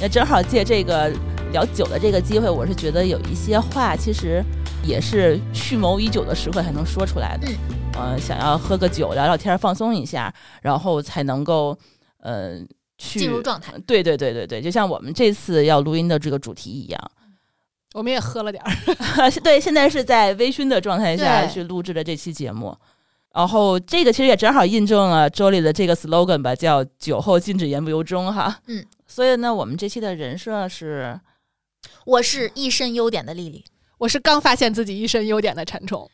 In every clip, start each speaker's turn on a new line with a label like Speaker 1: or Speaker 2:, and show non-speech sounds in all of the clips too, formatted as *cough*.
Speaker 1: 也正好借这个聊酒的这个机会，我是觉得有一些话其实也是蓄谋已久的时刻才能说出来
Speaker 2: 嗯
Speaker 1: 的。呃，想要喝个酒聊聊天儿放松一下，然后才能够呃去
Speaker 2: 进入状态。
Speaker 1: 对对对对对，就像我们这次要录音的这个主题一样。 *laughs*
Speaker 3: 我们也喝了点儿， *laughs*
Speaker 1: 对，现在是在微醺的状态下
Speaker 2: 对
Speaker 1: 去录制的这期节目。然后这个其实也正好印证了 Jolie 的这个 slogan 吧，叫“酒后禁止言不由衷”哈。
Speaker 2: 嗯，
Speaker 1: 所以呢，我们这期的人设是，
Speaker 2: 我是一身优点的丽丽，
Speaker 3: 我是刚发现自己一身优点的馋虫，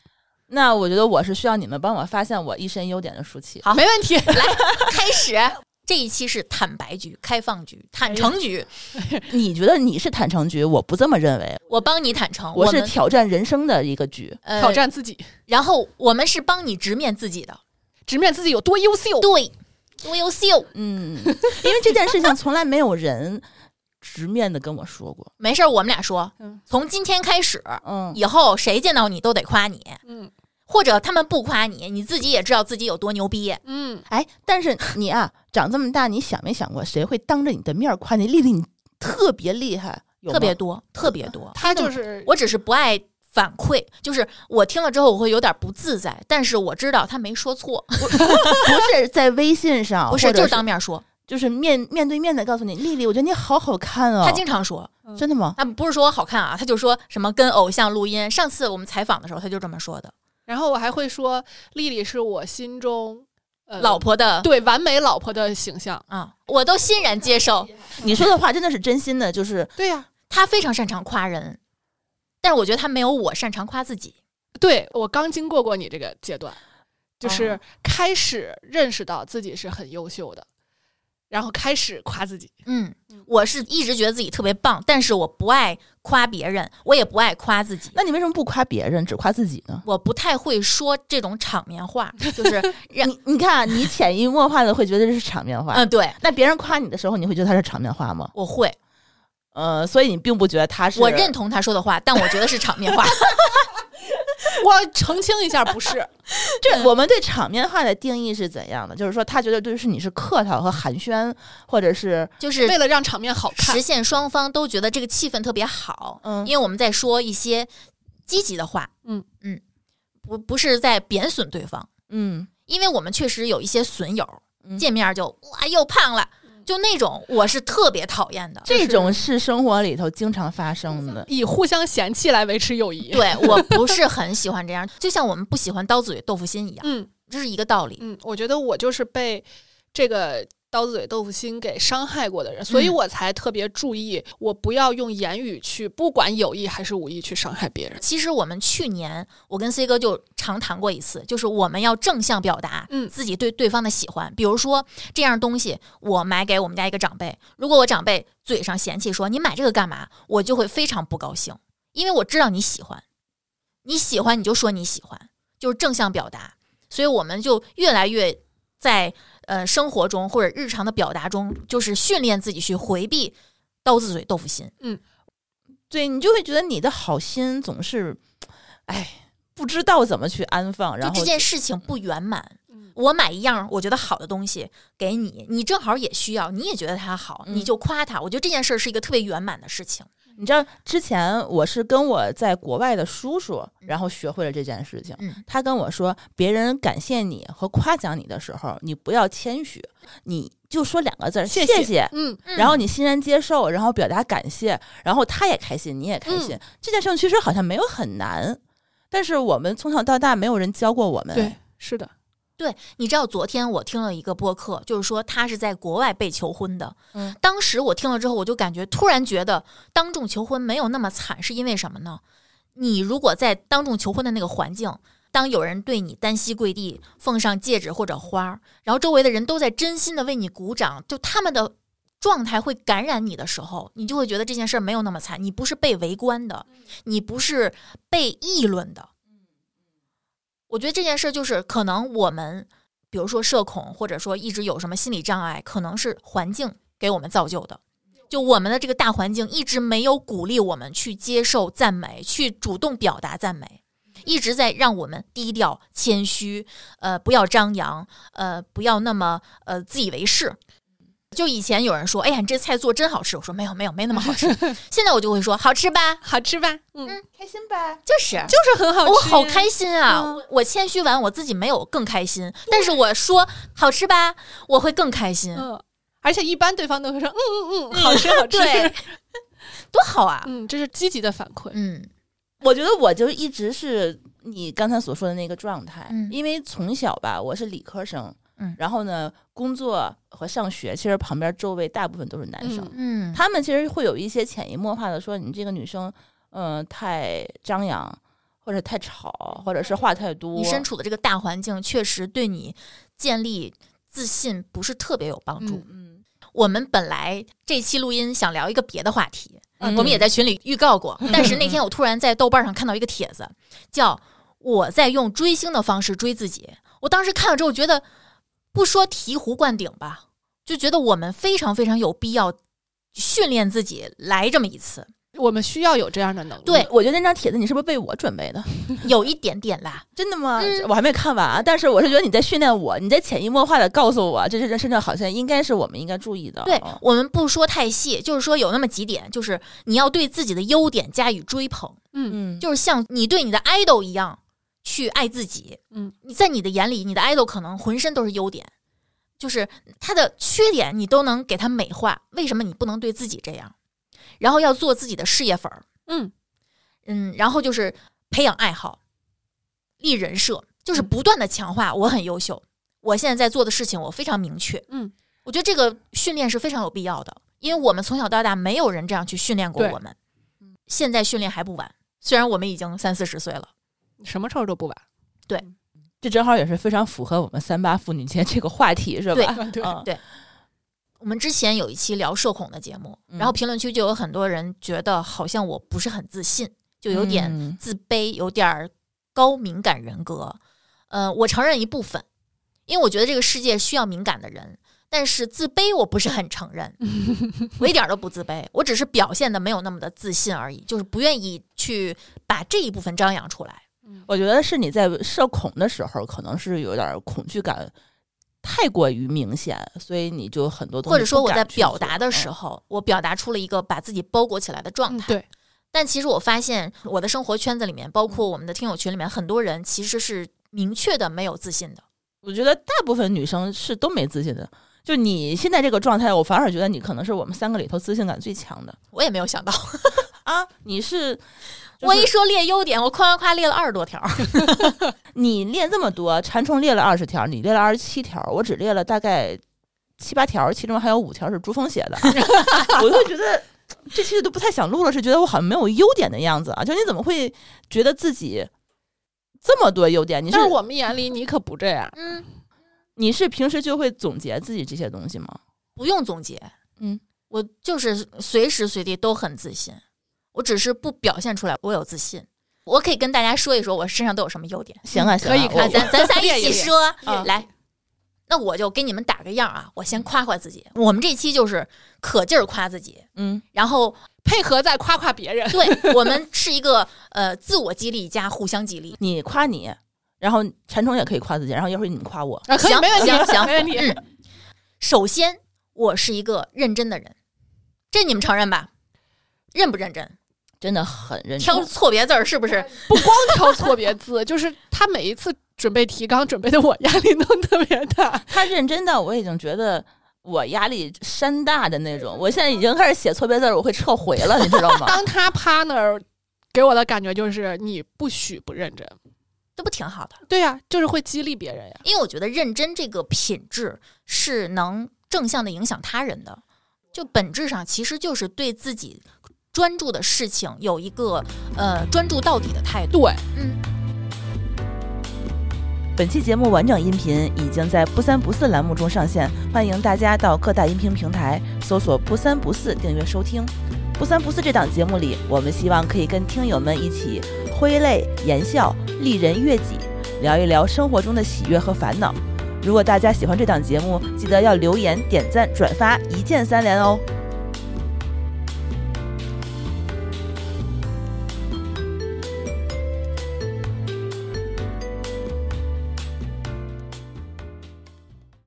Speaker 1: 那我觉得我是需要你们帮我发现我一身优点的舒淇。
Speaker 2: 好
Speaker 3: 没问题。
Speaker 2: 开始。这一期是坦白局、开放局、坦诚局，
Speaker 1: *laughs* 你觉得你是坦诚局？我不这么认为，
Speaker 2: 我帮你坦诚，
Speaker 1: 我是
Speaker 2: 们
Speaker 1: 挑战人生的一个局。
Speaker 2: 呃
Speaker 3: 挑战自己，
Speaker 2: 然后我们是帮你直面自己的，
Speaker 3: 直面自己有多优秀。
Speaker 2: 对，多优秀。
Speaker 1: 嗯， *laughs* 因为这件事情从来没有人直面的跟我说过。
Speaker 2: 没事儿，我们俩说
Speaker 3: 嗯，
Speaker 2: 从今天开始，
Speaker 1: *laughs* 嗯，
Speaker 2: 以后谁见到你都得夸你，
Speaker 3: 嗯
Speaker 2: 或者他们不夸你，你自己也知道自己有多牛逼。
Speaker 3: 嗯，
Speaker 1: 哎，但是你啊，长这么大，你想没想过谁会当着你的面儿夸你？丽丽，你特别厉害，有
Speaker 2: 特别
Speaker 1: 吗
Speaker 2: 多，特别多。
Speaker 3: 他就是
Speaker 2: 我只是不爱反馈，就是我听了之后我会有点不自在，但是我知道他没说错，
Speaker 1: 不是在微信上，
Speaker 2: 不
Speaker 1: 啊或
Speaker 2: 是
Speaker 1: 者
Speaker 2: 就是是当面说。
Speaker 1: 就是面面对面的告诉你，丽丽，我觉得你好好看哦。
Speaker 2: 他经常说，
Speaker 1: 真的吗？
Speaker 2: 他不是说我好看啊，他就说什么跟偶像录音。上次我们采访的时候，他就这么说的。
Speaker 3: 然后我还会说，丽丽是我心中、呃、
Speaker 2: 老婆的
Speaker 3: 对完美老婆的形象。
Speaker 2: 啊，我都欣然接受。
Speaker 1: 你说的话真的是真心的，就是
Speaker 3: 对呀、
Speaker 2: 他非常擅长夸人，但是我觉得他没有我擅长夸自己。
Speaker 3: 对我刚经过过你这个阶段，就是
Speaker 1: 哦
Speaker 3: 开始认识到自己是很优秀的，然后开始夸自己。
Speaker 2: 嗯，我是一直觉得自己特别棒，但是我不爱夸别人，我也不爱夸自己。
Speaker 1: 那你为什么不夸别人，只夸自己呢？
Speaker 2: 我不太会说这种场面话，就是让
Speaker 1: 你你看啊，你潜移默化的会觉得这是场面 *laughs* 话。
Speaker 2: 嗯，对，
Speaker 1: 那别人夸你的时候，你会觉得他是场面话吗？
Speaker 2: 我会，
Speaker 1: 呃，所以你并不觉得他是
Speaker 2: 我认同他说的话，但我觉得是场面
Speaker 1: *laughs*
Speaker 2: 话。
Speaker 3: 我要澄清一下，不是，
Speaker 1: 这我们对场面话的定义是怎样的？就是说，他觉得就是你是客套和寒暄，或者是
Speaker 2: 就是
Speaker 3: 为了让场面好看
Speaker 2: 实。现双方都觉得这个气氛特别好，
Speaker 1: 嗯
Speaker 2: 因为我们在说一些积极的话，
Speaker 3: 嗯
Speaker 2: 嗯，不不是在贬损对方，
Speaker 1: 嗯，
Speaker 2: 因为我们确实有一些损友，
Speaker 1: 嗯
Speaker 2: 见面就哇又胖了，就那种我是特别讨厌的，
Speaker 1: 这种是生活里头经常发生的。
Speaker 3: 以互相嫌弃来维持友谊。
Speaker 2: 对我不是很喜欢这样，就像我们不喜欢刀子嘴豆腐心一样，
Speaker 3: 嗯
Speaker 2: 这是一个道理。
Speaker 3: 嗯，我觉得我就是被这个刀子嘴豆腐心给伤害过的人，所以
Speaker 2: 嗯
Speaker 3: 我才特别注意，我不要用言语去，不管有意还是无意去伤害别人。
Speaker 2: 其实我们去年我跟 C 哥就常谈过一次，就是我们要正向表达
Speaker 3: 嗯
Speaker 2: 自己对对方的喜欢。比如说这样东西，我买给我们家一个长辈，如果我长辈嘴上嫌弃说你买这个干嘛，我就会非常不高兴，因为我知道你喜欢，你喜欢你就说你喜欢，就是正向表达。所以我们就越来越在呃生活中或者日常的表达中，就是训练自己去回避刀子嘴豆腐心。
Speaker 1: 对你就会觉得你的好心总是，哎，不知道怎么去安放，然
Speaker 2: 就
Speaker 1: 后
Speaker 2: 这件事情不圆满
Speaker 3: 嗯。
Speaker 2: 我买一样我觉得好的东西给你，你正好也需要，你也觉得它好，
Speaker 1: 嗯
Speaker 2: 你就夸它。我觉得这件事儿是一个特别圆满的事情。
Speaker 1: 你知道之前我是跟我在国外的叔叔，然后学会了这件事情。
Speaker 2: 嗯
Speaker 1: 他跟我说，别人感谢你和夸奖你的时候，你不要谦虚，你就说两个字儿
Speaker 3: 谢
Speaker 1: 谢
Speaker 3: 谢
Speaker 1: 谢
Speaker 3: 嗯，
Speaker 2: 嗯
Speaker 1: 然后你欣然接受，然后表达感谢，然后他也开心，你也开心。这件事情其实好像没有很难，但是我们从小到大没有人教过我们。
Speaker 3: 对，，是的，
Speaker 2: 对，你知道昨天我听了一个播客，就是说他是在国外被求婚的。
Speaker 1: 嗯，
Speaker 2: 当时我听了之后，我就感觉突然觉得当众求婚没有那么惨，是因为什么呢？你如果在当众求婚的那个环境，当有人对你单膝跪地，奉上戒指或者花儿，然后周围的人都在真心的为你鼓掌，就他们的状态会感染你的时候，你就会觉得这件事儿没有那么惨，你不是被围观的，你不是被议论的。我觉得这件事就是可能我们，比如说社恐，或者说一直有什么心理障碍，可能是环境给我们造就的。就我们的这个大环境一直没有鼓励我们去接受赞美，去主动表达赞美，一直在让我们低调、谦虚，呃，不要张扬，呃，不要那么呃自以为是。就以前有人说，哎呀，你这菜做真好吃，我说没有没有没那么好吃。 *laughs* 现在我就会说好吃吧，
Speaker 3: 好吃吧？嗯，
Speaker 1: 开心吧。
Speaker 2: 就是
Speaker 3: 就是很好吃，
Speaker 2: 我好开心啊！
Speaker 3: 嗯
Speaker 2: 我我谦虚完，我自己没有更开心，但是我说好吃吧，我会更开心，
Speaker 3: 嗯，而且一般对方都会说，嗯嗯嗯，好吃 *laughs* 好吃，
Speaker 2: 对， *laughs* 多好啊！
Speaker 3: 嗯，这是积极的反馈，
Speaker 2: 嗯
Speaker 1: 我觉得我就一直是你刚才所说的那个状态，
Speaker 2: 嗯
Speaker 1: 因为从小吧，我是理科生，
Speaker 2: 嗯
Speaker 1: 然后呢，工作和上学，其实旁边周围大部分都是男生，
Speaker 3: 嗯
Speaker 2: 嗯，
Speaker 1: 他们其实会有一些潜移默化的说，你这个女生，嗯、太张扬，或者太吵，或者是话太多，
Speaker 2: 你身处的这个大环境确实对你建立自信不是特别有帮助。
Speaker 3: 嗯
Speaker 1: 嗯，
Speaker 2: 我们本来这期录音想聊一个别的话题，
Speaker 1: 嗯
Speaker 2: 我们也在群里预告过，但是那天我突然在豆瓣上看到一个帖子，叫“我在用追星的方式追自己”。我当时看了之后觉得，不说醍醐灌顶吧，就觉得我们非常非常有必要训练自己来这么一次，
Speaker 3: 我们需要有这样的能力，
Speaker 2: 对
Speaker 1: 我觉得那张帖子你是不是为我准备的？
Speaker 2: 有一点点啦。
Speaker 1: *laughs* 真的吗？
Speaker 2: 嗯
Speaker 1: 我还没看完啊，但是我是觉得你在训练我，你在潜移默化的告诉我，这是人身上好像应该是我们应该注意的。
Speaker 2: 对
Speaker 1: 嗯
Speaker 2: 我们不说太细，就是说有那么几点，就是你要对自己的优点加以追捧。
Speaker 3: 嗯，
Speaker 1: 嗯，
Speaker 2: 就是像你对你的 idol 一样去爱自己。
Speaker 3: 嗯，
Speaker 2: 你在你的眼里，你的 idol 可能浑身都是优点，就是他的缺点你都能给他美化。为什么你不能对自己这样？然后要做自己的事业粉儿，
Speaker 3: 嗯
Speaker 2: 嗯，然后就是培养爱好，立人设，就是
Speaker 3: 嗯
Speaker 2: 不断的强化我很优秀，我现在在做的事情我非常明确。
Speaker 3: 嗯，
Speaker 2: 我觉得这个训练是非常有必要的，因为我们从小到大没有人这样去训练过
Speaker 3: 对
Speaker 2: 我们。现在训练还不晚，虽然我们已经三四十岁了。
Speaker 3: 什么时候都不晚，
Speaker 1: 这正好也是非常符合我们三八妇女节这个话题，是吧？
Speaker 3: 对
Speaker 1: 嗯
Speaker 2: 对我们之前有一期聊社恐的节目，
Speaker 1: 嗯
Speaker 2: 然后评论区就有很多人觉得好像我不是很自信，就有点
Speaker 1: 嗯
Speaker 2: 自卑，有点儿高敏感人格。呃，我承认一部分，因为我觉得这个世界需要敏感的人，但是自卑我不是很
Speaker 1: *laughs*
Speaker 2: 承认，我一点儿都不自卑，我只是表现的没有那么的自信而已，就是不愿意去把这一部分张扬出来。
Speaker 1: 我觉得是你在社恐的时候，可能是有点恐惧感太过于明显，所以你就很多东西
Speaker 2: 或者说我在
Speaker 1: 不敢去
Speaker 2: 表达的时
Speaker 1: 做，嗯
Speaker 2: 候，我表达出了一个把自己包裹起来的状
Speaker 3: 嗯
Speaker 2: 态。
Speaker 3: 对，
Speaker 2: 但其实我发现，我的生活圈子里面，包括我们的听友群里面，很多人其实是明确的没有自信的。
Speaker 1: 嗯我觉得大部分女生是都没自信的。就你现在这个状态，我反而觉得你可能是我们三个里头自信感最强的
Speaker 2: 我也没有想到，
Speaker 1: 啊！你是，就
Speaker 2: 我一
Speaker 1: 是
Speaker 2: 说列优点，我夸夸夸列了二十多条。
Speaker 1: 你列这么多，馋虫列了二十条，你列了二十七条，我只列了大概七八条，其中还有五条是朱峰写
Speaker 3: *laughs*
Speaker 1: 的，啊我就觉得这期都不太想录了，是觉得我好像没有优点的样子啊！就你怎么会觉得自己这么多优点？你是
Speaker 3: 但是我们眼里你可不这样，
Speaker 2: 嗯，
Speaker 1: 你是平时就会总结自己这些东西
Speaker 3: 嗯
Speaker 1: 吗？
Speaker 2: *laughs* 不用总结，
Speaker 1: 嗯，
Speaker 2: 我就是随时随地都很自信，我只是不表现出来，我有自信。我可以跟大家说一说我身上都有什么优点。
Speaker 1: 行啊，行啊
Speaker 3: 可以
Speaker 1: 我
Speaker 2: 啊，咱咱仨一起说
Speaker 1: 啊，
Speaker 2: 来。那我就给你们打个样啊，我先夸夸自己。我们这期就是可劲儿夸自己，
Speaker 1: 嗯
Speaker 2: 然后
Speaker 3: 配合在夸夸别人，
Speaker 2: 对我们是一个呃自我激励加互相激励。
Speaker 1: 你夸你，然后馋虫也可以夸自己，然后一会儿你夸我，
Speaker 3: 啊，可以，
Speaker 2: 行
Speaker 3: 没问题，
Speaker 2: 行行
Speaker 3: 没问题，
Speaker 2: 首先，我是一个认真的人，这你们承认吧？认不认真？
Speaker 1: 真的很认真。
Speaker 2: 挑错别字儿是不是？
Speaker 3: 不光挑错别字，就是他每一次准备提纲准备的我压力都特别大。
Speaker 1: 他认真到我已经觉得我压力山大的那种，我现在已经开始写错别字，儿，我会撤回了，你知道吗？ *laughs*
Speaker 3: 当他趴那儿，给我的感觉就是你不许不认真。
Speaker 2: 这不挺好的？
Speaker 3: 对呀、就是会激励别人呀。
Speaker 2: 因为我觉得认真这个品质是能正向的影响他人的，就本质上其实就是对自己专注的事情有一个呃专注到底的态度。
Speaker 3: 对，
Speaker 2: 嗯，
Speaker 1: 本期节目完整音频已经在“不三不四”栏目中上线，欢迎大家到各大音频平台搜索“不三不四”订阅收听。“不三不四”这档节目里，我们希望可以跟听友们一起挥泪言笑、丽人悦己，聊一聊生活中的喜悦和烦恼。如果大家喜欢这档节目，记得要留言、点赞、转发，一键三连哦！